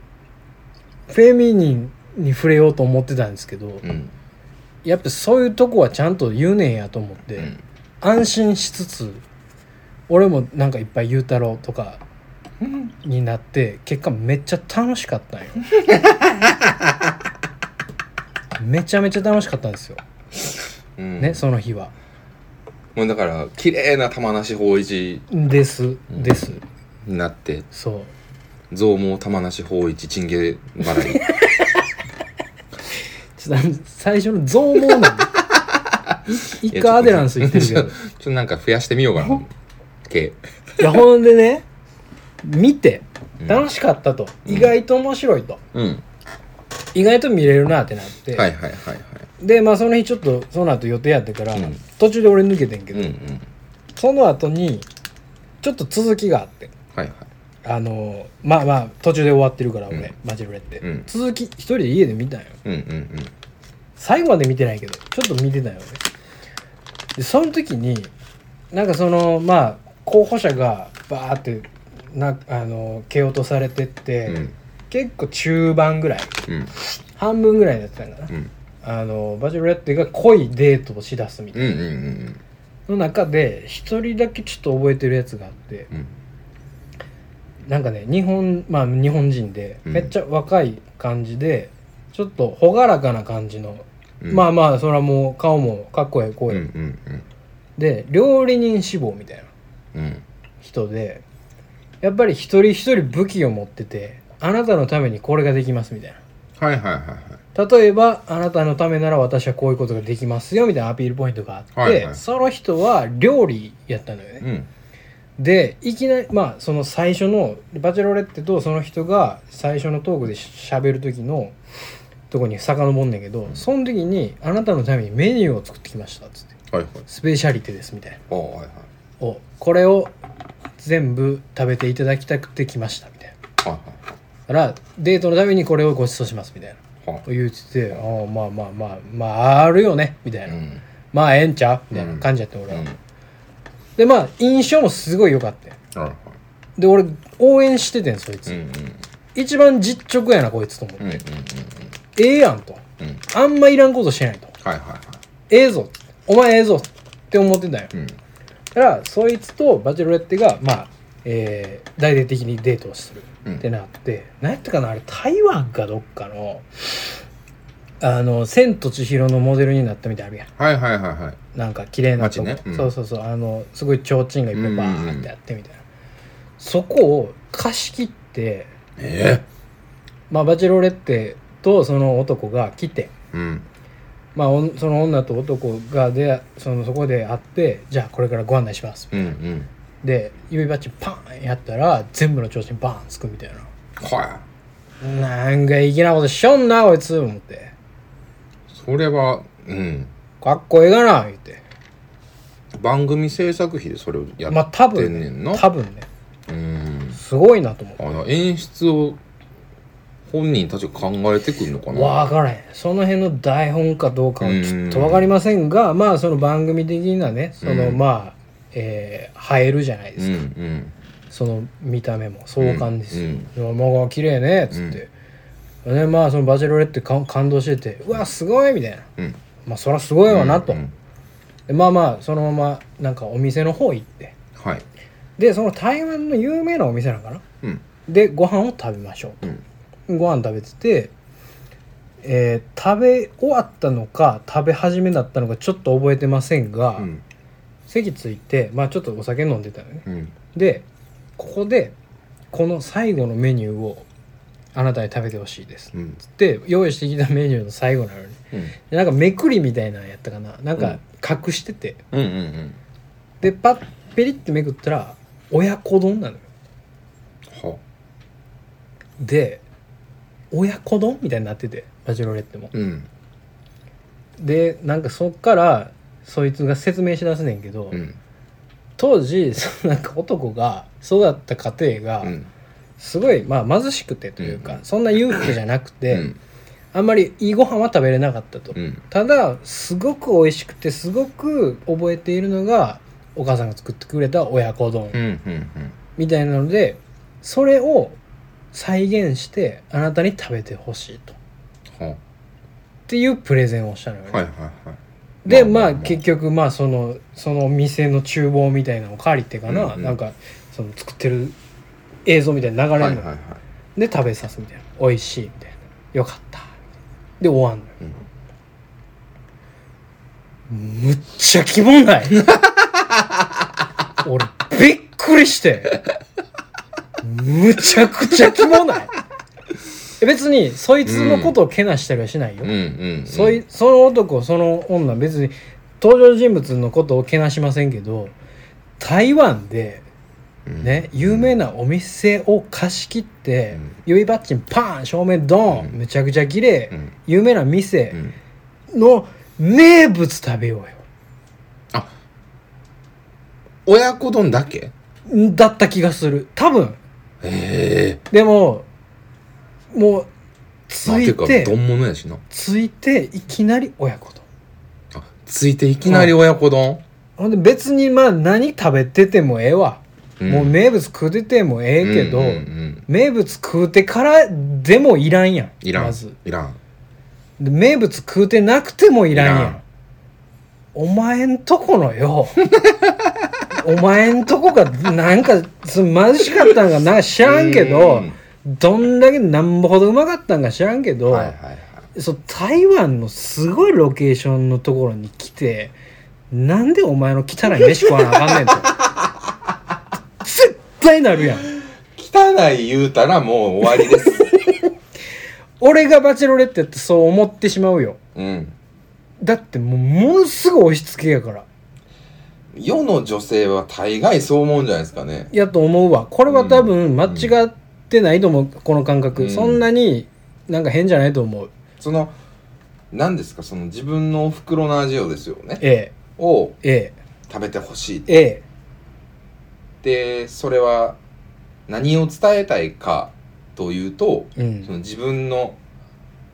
フェミニンに触れようと思ってたんですけど、
うん
やっぱそういうとこはちゃんと言うねんやと思って、
うん
安心しつつ、俺もなんかいっぱい言うたろとか
うん
になって結果めっちゃ楽しかった んよめちゃめちゃ楽しかったんですよ、
うん
ねその日は
もうだから綺麗な玉なし芳一
ですです、
になって
そう
増毛玉なし芳一チンゲ払い
ちょっと最初の増 毛なんでい 一回アデランス行ってるけ
ちょっ
ど
となんか増やしてみようかな系
いやほんでね見て
うん
楽しかったと、
うん
意外と面白いと
うん
意外と見れるなってなって、
はいはいはいはい
でまあその日ちょっとその後予定やってから、
うん
途中で俺抜けてんけ
うん
ど、
うん
その後にちょっと続きがあって
はいはい
あのまあまあ途中で終わってるから俺、
うん
バチェロレって、
うん
続き一人で家で見たんよ
うんうん
最後まで見てないけどちょっと見てたんよ俺でその時になんかそのまあ候補者がバーってなあの蹴落とされてって、
うんうん
結構中盤ぐらい
うん
半分ぐらいだったんかな、
うん
あのバチェロレッテが濃いデートをしだすみたい
うんうんうん
な、の中で一人だけちょっと覚えてるやつがあって
うん
なんかね日本まあ日本人で
うん
めっちゃ若い感じで、ちょっと朗らかな感じの、
うん
まあまあそれはもう顔もかっこええ
うん
声、
うんうん
で料理人志望みたいな
うん
人でやっぱり一人一人武器を持っててあなたのためにこれができますみたい
はいはいはいはい
な例えばあなたのためなら私はこういうことができますよみたいなアピールポイントがあって、
はいはい
その人は料理やったのよね、
うん
でいきなりまあその最初のバチェロレッテとその人が最初のトークでしゃべる時のとこに遡んねんけどその時に「あなたのためにメニューを作ってきました」っつって
はいはい
「スペシャリテです」みたいな
ああはいはい
「おこれを全部食べていただきたくて来ました」みたいな
は
「だからデートのためにこれをご馳走します」みたいない
はいは
言うてて「ああまあまあまあまああるよね」みたい
い
な「
うん
まあええんちゃう?」みたいな感じやって俺は、
うん
でまあ印象もすごい良かったよ
はいはい
で俺応援しててんそいつ、
うんうん
一番実直やなこいつと思って、
うんうんうん
ええやんと
うんうん
あんまいらんことしてないと
はいはいは
ええぞお前ええぞって思ってたんよ
いうん
だからそいつとバチェロレッテがまあえー大々的にデートをする
うん
ってなって、なんやったかなあれ台湾かどっかのあの「千と千尋」のモデルになったみたいなのあるやん
はいはいはいはい
なんか綺麗なとこ、
街ねうん
そうそうそうあのすごい提灯がいっぱいバーンってあってみたいな、そこを貸し切って、
え
まあ、バチェロレッテとその男が来て、
えうん
まあ、おんその女と男がでそのそこで会ってじゃあこれからご案内します
うんうん
で指バッチパンやったら全部の調子にバーンつくみたい
は
ななんか粋なことしよんなこいつ思って
いそれはうん
かっこええがな言って
番組制作費でそれをや
まあ多
って
分
んねんな、
ね多分ね
うん
すごいなと思って
あの演出を本人たちが考えてくるのかな
わからへんその辺の台本かどうかはちょっとわかりませんがまあその番組的なねその
うん
まあ、えー、映えるじゃないで
う
す
ん
か、
うん
その見た目も壮観ですよ
うん
「うもう綺麗ね」っつって、ねまあそのバチェロレって感感動してて「うわすごい!」みたいな
うん
「まあそりゃすごいわな」と、
うん
でまあまあそのままなんかお店の方行って
はい
でその台湾の有名なお店なのかな
うん
でご飯を食べましょ
う
う
ん
ご飯食べてて、えー食べ終わったのか食べ始めだったのかちょっと覚えてませんが、
うん
席ついてまあちょっとお酒飲んでたのね
うん
でここでこの最後のメニューをあなたに食べてほしいです
うん
で用意してきたメニューの最後なのに
うん
でなんかめくりみたいなのやったかななん
う
か
ん
隠してて、
うんうん
でパッペリってめくったら親子丼なのよ
は
で親子丼みたいになっててバチェロレッテも
うん
でなんかそっからそいつが説明しだすねんけど、
うん
当時そのなんか男が育った家庭が
うん
すごい、まあ、貧しくてというか、そんな裕福じゃなくて、
うん
あんまりいいご飯は食べれなかったと、
うん
ただすごく美味しくてすごく覚えているのがお母さんが作ってくれた親子丼
うんうん
みたいなのでそれを再現してあなたに食べてほしいとっ
うんは
ていうプレゼンをしたのよね、
はいはいはい
で
ま
ま
あまあ
あ
まあ
結局まあそのその店の厨房みたいなのを借りてかな、
うんうん
なんかその作ってる映像みたいな流れる
は
の
い
よ、
はいはい
で食べさすみたいな美味しいみたいなよかったで終わんのよ
うん
むっちゃキモない 俺びっくりしてむちゃくちゃキモないえ別にそいつのことをけなしたりはしないよ、
うんうんうん
そいその男その女別に登場人物のことをけなしませんけど台湾で
うん
ね、有名なお店を貸し切っ
う
て、
ん
指バッチンパン正面ドン、
うん
めちゃくちゃ綺麗、
うん
有名な
う
店
ん
の名物食べようよ
あ親子丼だけ
んだった気がする多分
ええ
でももうつ
まあ
い
か
て、
丼物やしな
ついていきなり親子丼
あついていきなり親子丼
ほんで別にまあ何食べててもええわ、
うん
もう名物食うててもええけど、
うんうんうん
名物食うてからでもいらんやん
いら
ま
ん
ず
いらん
で名物食うてなくてもいらんやん
いらん
お前んとこのよお前んとこがなんかその貧しかったんかなんか知らんけどどんだけなんぼほどうまかったんか知らんけど、
はいはいはい
そう台湾のすごいロケーションのところに来てなんでお前の汚い飯食わなあかんねんと 絶対なるやん
汚い言うたらもう終わりです
俺がバチェロレッテってそう思ってしまうよ
うん
だってもうものすごい押し付けやから
世の女性は大概そう思うんじゃないですかね
やと思うわこれは多分間違ってないと思うこの感覚、
うん
そんなになんか変じゃないと思う
その何ですかその自分のお袋の味をですよね
え
を
え
食べてほしいっ
ええ
てそれは何を伝えたいかというと
えう
その
ん
自分の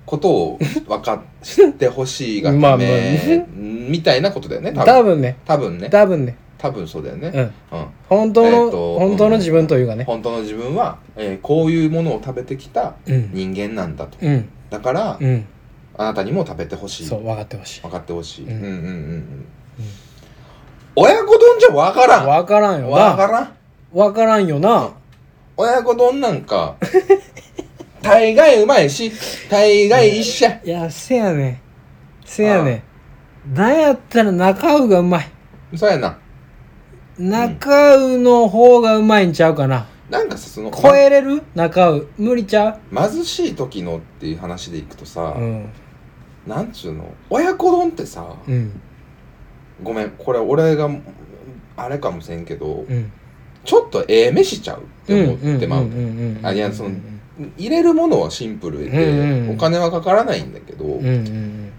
ことを分かっ知ってほしいがた
まあまあ
めみたいなことだよね多
多
分
分ね
多分ね
多分ね
多分そうだよね、
うん
うん
本当
え
の、
ーと
本当の自分というかね
本当の自分は、えーこういうものを食べてきた
うん
人間なんだと、
うん
だから、
うん
あなたにも食べてほしい
そう分かってほしい
分かってほしい、う、
うんん
うんうんうん親子丼じゃ分からん分
分からんよ
か
な
らん
分からんよな
親子丼なん か大概うまいし大概一緒や
いやせやねんせやねんなんやったら中尾がうまい
そうやな
中尾の方がうまいんちゃうかな、
なんかさその
超えれる中尾無理ちゃ
ま貧しい時のっていう話でいくとさ
う、うん
なんちゅうの親子丼ってさ、
うん
ごめんこれ俺があれかもせんけど、
うん
ちょっとええ飯ちゃうって思ってまう、
うんうんうんうんうん
あいやその
うん
入れるものはシンプルで、
うんうんう
お
ん
金はかからないんだけど、
うんうん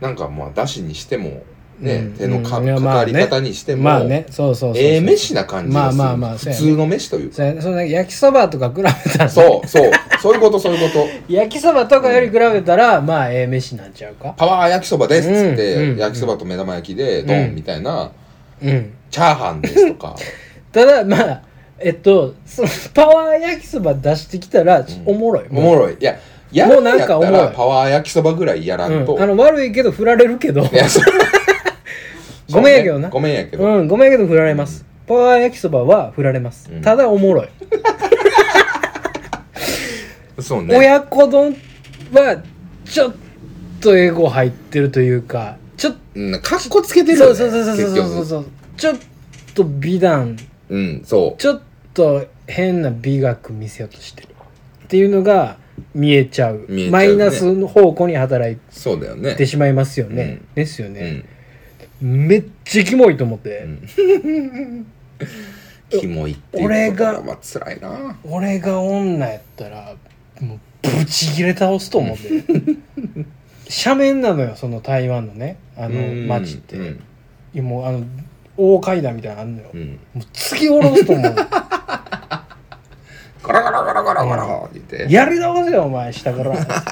なんかまあだしにしてもね、
うん
手のか,、
うんいやま
か
あ
り
ね
方にして
うん
も、
まあねそうそうそうそう
ええ飯な感じがする、
まあまあまあそう
普
やね
通の飯というか
それその焼きそばとか比べたら
そうそうそういうことそういうこと
焼きそばとかより比べたら、まあええ飯なんちゃうか
パワー焼きそばですっつって、
うんうん
焼きそばと目玉焼きでド
う
ン
ん
みたいな、
うん
チャーハンですとか
ただまあえっとそのパワー焼きそば出してきたら、おもろい
おも
ろ
ろいいややるんやった
もうなんかおも
ら
ろい
パワー焼きそばぐらいやらんと、
あの悪いけど振られるけど
いやそ
ごめんやけどな
ごめんやけど、
うんごめんやけど振られます、パワー焼きそばは振られます、
うん
ただおもろい、
そうね
親子丼はちょっとエゴ入ってるというかちょっ
うん、かっこつけて
と
るよ、
そう
ね、
そうそうそうそうそう
う
そうちょっと美談
うんそ
ちょっと変な美学見せようとしてるっていうのが見えちゃう
見えちゃうね
マイナスの方向に働いう
そうだよね
てしまいますよね、
うん
ですよ
う
ね、
ん
めっちゃキモいと思って、
んキモいっていう
俺が
まあ辛いな
俺が女やったらもうブチギレ倒すと思って 斜面なのよその台湾のねあ
あ
の街って、
うん
いやもうあの大階段みたいなのあんのよ、
うん
もう突き下ろすと思う
ガラガラガラガラガラって言って
やり直せよお前下から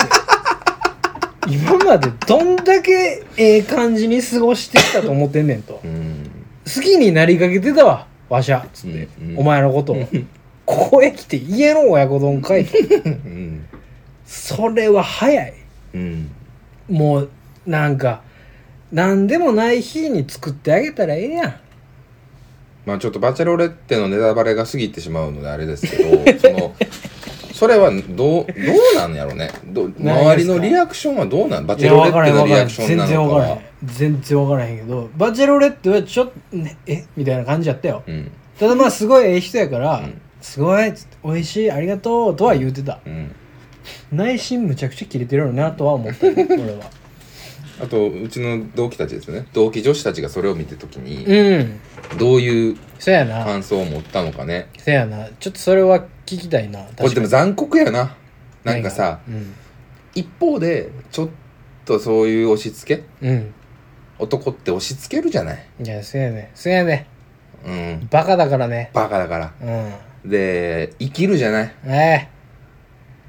今までどんだけええ感じに過ごしてきたと思ってんねんと
うん
好きになりかけてたわわしゃつって、
うんうん
お前のことをここへ来て家の親子丼か いと
うん
それは早い
うん
もうなんか何でもない日に作ってあげたらええやん
まあちょっとバチェロレッテのネタバレが過ぎてしまうのであれですけ どそのそれはどうどうなんやろうねど周りのリアクションはどうなんバチェロレッテのリアクションなのか
全然わからへ
は
ん全然わからへんけどバチェロレッテはちょっと、ね、えみたいな感じやったよ
うん
ただまあすごいええ人やから、
ん
すごいっつって美味しいありがとうとは言うてた
うん
内心むちゃくちゃキレてるよなとは思っ たよ俺は
あとうちの同期たちですね同期女子たちがそれを見た時に
うん
どういう
そやな
感想を持ったのかね
そやなちょっとそれは聞きたいな
これでも残酷やななんかさ
うん
一方でちょっとそういう押し付け
うん
男って押し付けるじゃない
いやそやねそやね
うん
バカだからね
バカだから
うん
で生きるじゃない
え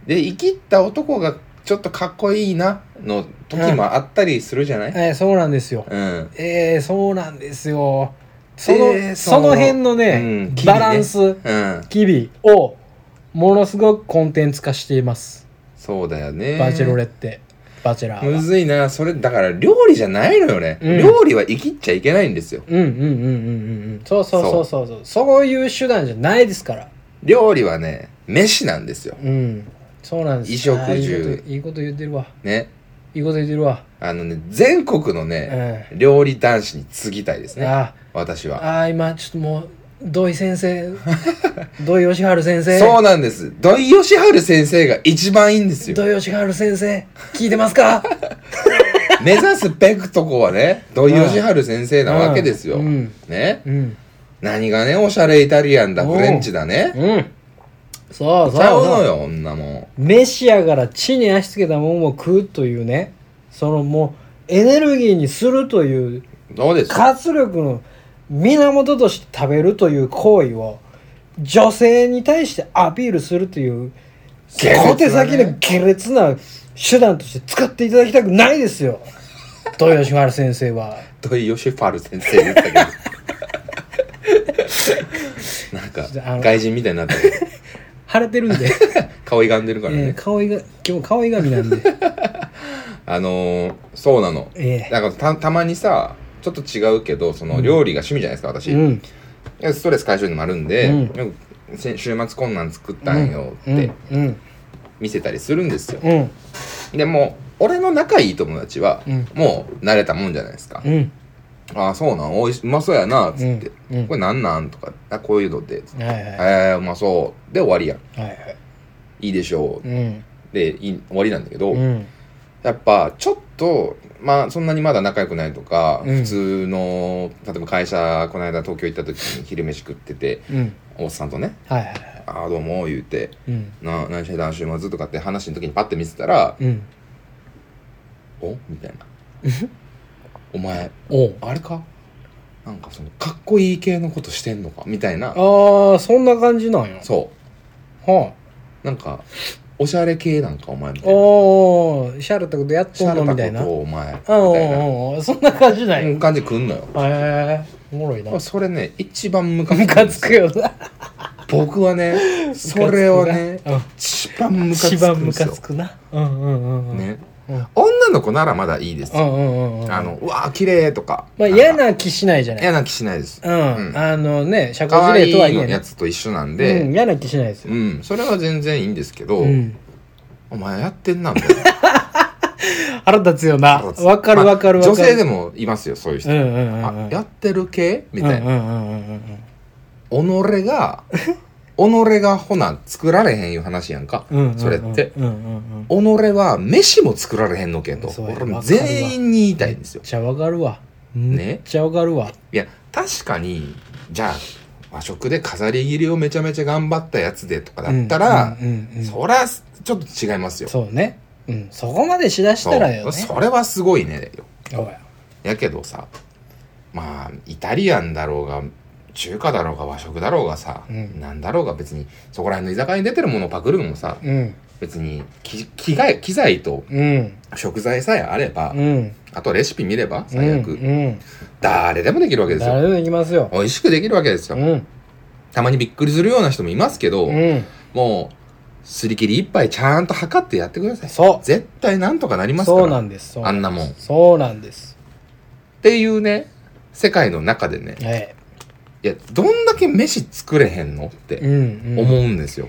え
で生きった男がちょっとかっこいいなの時もあったりするじゃない
ええそうなんですよ
うん
ええそうなんですよその、
ええ
その辺のね、
うん
バランス
うん
機微をものすごくコンテンツ化しています、
そうだよね
バチェロレッテバチェラーは
むずいなそれだから料理じゃないのよね、
うん
料理は生きっちゃいけないんですよ
うんうんうんうんうんうんそうそうそうそうそうそういう手段じゃないですから
料理はね飯なんですよ
うんそうなんです
衣食
あー
住
いいこといいこと言ってるわ
ね
いいこと言ってるわ
あのね全国の
うん
ね、
あ
料理男子に継ぎたいですね
ー
私は
あー今ちょっともう土井先 生土井善晴先生
そうなんです土井善晴先生が一番いいんですよ
土井善晴先生聞いてますか
目指すべくとこはね土井善晴先生なわけですよ、
うんうん
ね
うん
何がねおしゃれイタリアンだ
おう
フレンチだね
うんそうそう
ちゃう
そ
の
う
よ女も
メシやから地に足つけたもんを食うというねそのもうエネルギーにするという
そうですよ
活力の源として食べるという行為を女性に対してアピールするという
下劣なね
小手先の下劣な手段として使っていただきたくないですよ豊吉原先生は
土井善晴先生言ったけどなんか
ちょっとあの
外人みたいになったけど
腫れてるんで、
顔歪んでるから
えー
ね、
顔いが今日顔いがみなんで
あのーそうなの
え
だからたたまにさちょっと違うけどその料理が趣味じゃないですか私、
えうん
いやストレス解消にもあるんで、
うん
よくせ週末こんなん作ったんよ
う
って
んうん
見せたりするんですよ、
うん
でも俺の仲いい友達は、
うん
もう慣れたもんじゃないですか、
うん
ああそうなんおいしうまそうやなっつって、
うんうん
これなんなんとかあこういうのってつって
はいはい
え
はい
ー、うまそうで終わりやん
はい
いいでしょう、
うん
でいい終わりなんだけど、
うん
やっぱちょっとまあそんなにまだ仲良くないとか、
うん
普通の例えば会社この間東京行った時に昼飯食ってて
うん
おっさんとね
はいはいはい
「ああどうも」言うて
うん
「な何してたん週末」とかって話の時にパッて見せたら
うん
「おみたいな「お前
おう
あれかなんかそのかっこいい系のことしてんのか」みたいな
ああそんな感じなんや
そ
は
うなんか「おしゃれ系なんかお前」み
あ
たいな
おーシャルたことやっ
「し
と
ゃ
んの
れ
みたい
た
な
ことをお前」み
うんう
たいなん
うんそんな感じなん
う
や
ん感じくんのよ
へえおもろいな
それね一番ムカつく
ム
んです
カつくよな
僕はねそれをね
うん
一番ムカつ
一
く
番
んで
ム
す
カ
よ
つくなうんうんうんうん
ね
うん
女の子ならまだいいです
う
よ
んうんうんうん
あのうわー綺麗とか
まあ
んか
嫌な気しないじゃない
嫌な気しないです
うん、
うん
あのね社交
可
辞
愛
令
い
とはいえ
のや
ね
つと一緒なん
うん、
で
嫌な気しないですよ、
うんそれは全然いいんですけど
うん、
お前やってんなみ たいな
腹立つよな
そうです
わかるわかる
まあ女
わかる、
性でもいますよそういう人
うんうんうんうん
あやってる系みたいな
うんうんうんうんうん
己 が己がほな作られへんいう話やんか
うんうんうん
それって
うんうんうん
己は飯も作られへんのけんと
そうや
俺も
わかるわ
全員に言いたいんですよ
めっちゃわかるわめっちゃわかるわ、
いや確かにじゃあ和食で飾り切りをめちゃめちゃ頑張ったやつでとかだったら、
うんうんうんうん
そりゃちょっと違いますよ
そうね、うん、そこまでしだしたらよね
そうそれはすごいねよ
そうや
やけどさまあイタリアンだろうが中華だろうが和食だろうがさ、
うん
なんだろうが別にそこら辺の居酒屋に出てるものをパクるのもさ
うん
別に機機材機材と
うん
食材さえあれば、
うん
あとレシピ見れば最悪、
うん
誰でもできるわけ
うん、
ですよ
誰でもいきますよ
美味しくできるわけです
う
よ、
ん
たまにびっくりするような人もいますけど、
うん
もう、すり切り一杯ちゃんと測ってやってください。
そ
絶対なんとかなり
う
ますから。
そうなんですそう
あんなもん。っ
そうなんです
ていうね、世界の中でね、
え
いや、どんだけ飯作れへんのっ
えう
て
ん、うん、
思うんですよ。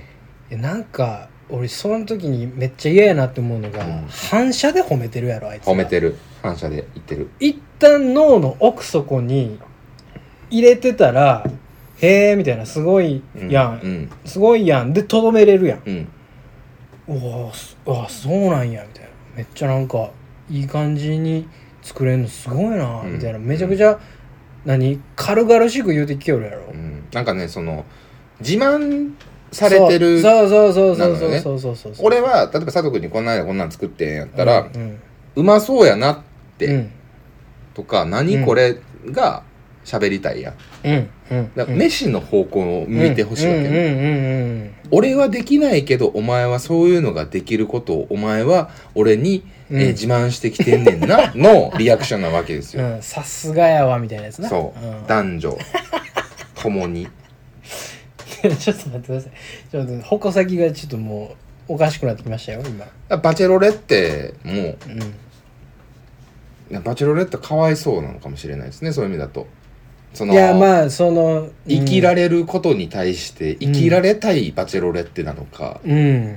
えなんか俺その時にめっちゃ嫌やなって思うのが、
うん
反射で褒めてるやろあいつら
褒めてる。反射で言ってる。
一旦脳の奥底に入れてたら「へえ」みたいな「すごい
うん
やん、
うん。
すごいやん」でとどめれるやん
うん。
「うわーすうわーそうなんや」みたいなめっちゃなんかいい感じに作れんのすごいな
うん
みたいなめちゃくちゃ、何軽々しく言うてきよるやろ、
うんなんかね、その、自慢されてる。
そうそうそうそう
なの
そう
ね
そうそうそうそう
俺は、例えば佐藤君にこんなんやこんなん作ってんやったら、う
うん
まそうやなっ
うんう
て、
ん
とか、何これが喋りたいやん。
うんうん
だから飯の方向を向いてほしいわけね。
うんうんうんうん
俺はできないけどお前はそういうのができることをお前は俺に、えー
うん
自慢してきてんねん なのリアクションなわけです
う
よ、
ん、さすがやわみたいなやつな
そう、
ん
男女共に
ちょっと待ってくださいちょっと矛先がちょっともうおかしくなってきましたよ今
バチェロレっても
うん
うバチェロレってかわいそうなのかもしれないですねそういう意味だとその
いやまあその
生きら
れ
れることに対して生きられたいバチェロレってなのか、
うん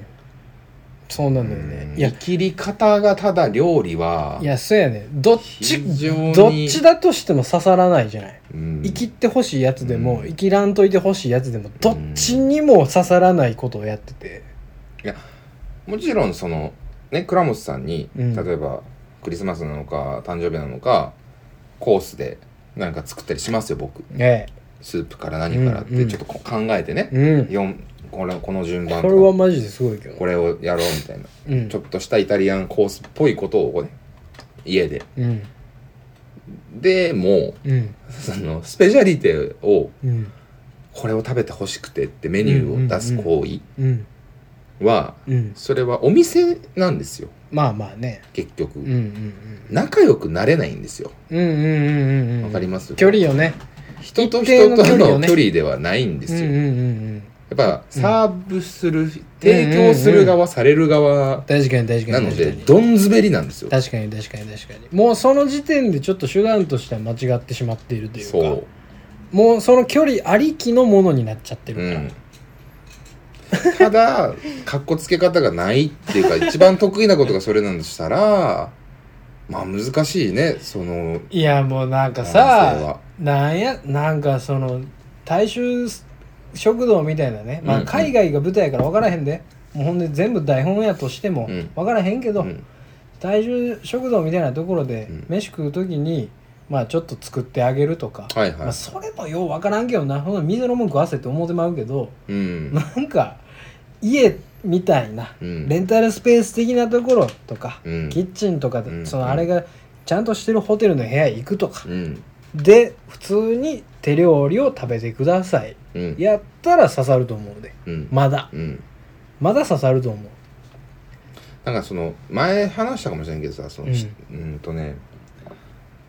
そうなんだよね
うん
いや
生きり方がただ料理はい
やそうやねどっち
非常に
どっちだとしても刺さらないじゃない
うん
生きってほしいやつでも、
うん
生きらんといてほしいやつでもどっちにも刺さらないことをやってて
もちろんそのね倉本さんに、
うん
例えばクリスマスなのか誕生日なのかコースでなんか作ったりしますよ僕
え
スープから何からっ
うんう
て
ん
ちょっとこう考えてね
え、うん
四これこの順番
ことれ
か
はマジですごいけど
これをやろうみたいな
うん
ちょっとしたイタリアンコースっぽいことをこうね家で
うん
でも
うん
そのスペシャリテを
うん
これを食べてほしくてってメニューを出す行為
うん
は
うん
それはお店なんですよ
まあまあね
結局、
うんうん
仲良くなれないんですよ
うんうんうんうんうんうん
わかります
距離よね
人と
一定
人
の
と
距離を
の
ね
距離ではないんです
うん
よ、
うん
や
うんうん
っぱサーブする、提供する側、される側
確かに確か
な
に
の
確か
で
に
どん滑りなんですよ
確かに確かに確かにもうその時点でちょっと手段としては間違ってしまっているというか
そう
もうその距離ありきのものになっちゃってるから、
うん、ただかっこつけ方がないっていうか一番得意なことがそれなんでしたらまあ難しいねその
いやもうなんか
男性は
さなんやなんかその大衆食堂みたいなね、ま
うん
あ、
うん
海外が舞台やから分からへんで、もうほんで全部台本やとしても
うん
分からへんけど、
うん
大衆食堂みたいなところで
うん
飯食う時に、まあちょっと作ってあげるとか、
はいはい、
まあ、それもよう分からんけどなほんな水の文句汗って思ってまうけど、
うん
なんか家みたいな、
うん
レンタルスペース的なところとか、
うん
キッチンとかで、
うん
そのあれがちゃんとしてるホテルの部屋へ行くとか、
うん
で普通に手料理を食べてください
うん
やったら刺さると思うで
うん
まだ
うん
まだ刺さると思う
なんかその前話したかもしれんけどさその、
うん
しうんとね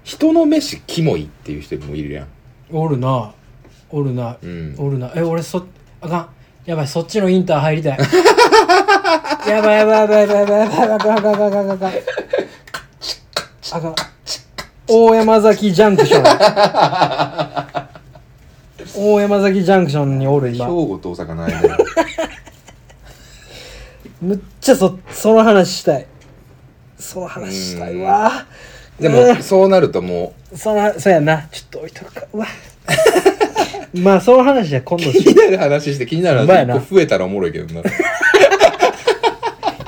人の飯キモいっていう人もいるやん、
おるなおるな
うん、
おるなえ俺そあかんやばいそっちのインター入りたいやばいやばいやばいやばいやばいやばいあかんあかんあかんあかんあかんあかん大山崎ジャンクション大山崎ジャンクションにおる
兵
今
庫と大阪ない ね
むっちゃそその話したいその話したいわ
でもそうなるとも
そのそうやなちょっと置いとくかうわまあその話は今度
う 気
し
になる話して気になる
うまい
話
な
一個増えたらおもろいけどな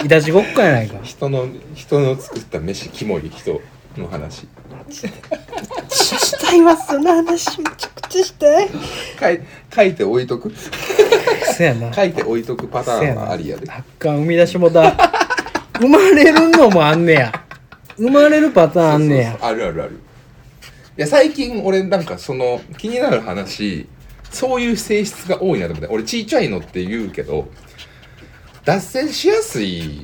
い
たちごっこやないか
人の人の作った飯キモい人の話
したいわその話めちゃくちゃしたい
書い書いて置いとく
そうやな
書いて置いとくパタ
そう
ー
や
ンは
な
ありやで
あっかん生み出しもだ生まれるのもあんねや生まれるパターンあんね
そう
や
そうそうあるあるあるいや最近俺なんかその気になる話そういう性質が多いなと思って俺ちっちゃいのって言うけど脱線しやすい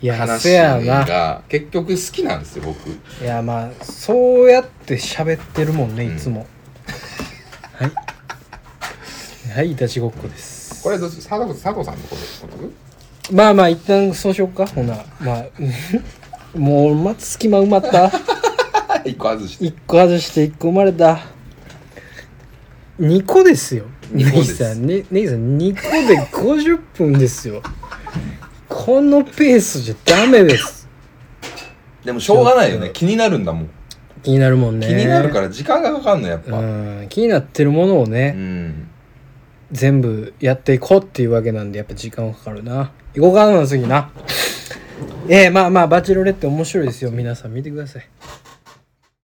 いや
話
せやな
が結局好きなんですよ僕
いやまあそうやって喋ってるもんねいつも、はいはいいたちごっこです
これどうする佐藤佐藤さんのこと
まあまあ一旦そうしようかほなまあ うんもうま隙間埋まった
一個外して
一個外して一個生まれた二個ですよ
二個です
ネギさんねネギさん2個で50分ですよこのペースじゃダメです
でもしょうがないよね気になるんだもん
気になるもんね
気になるから時間がかかるのやっぱ
うん気になってるものをね、
うん
全部やっていこうっていうわけなんでやっぱ時間はかかるな行こうかな次なええまあまあバチェロレッテ面白いですよ皆さん見てください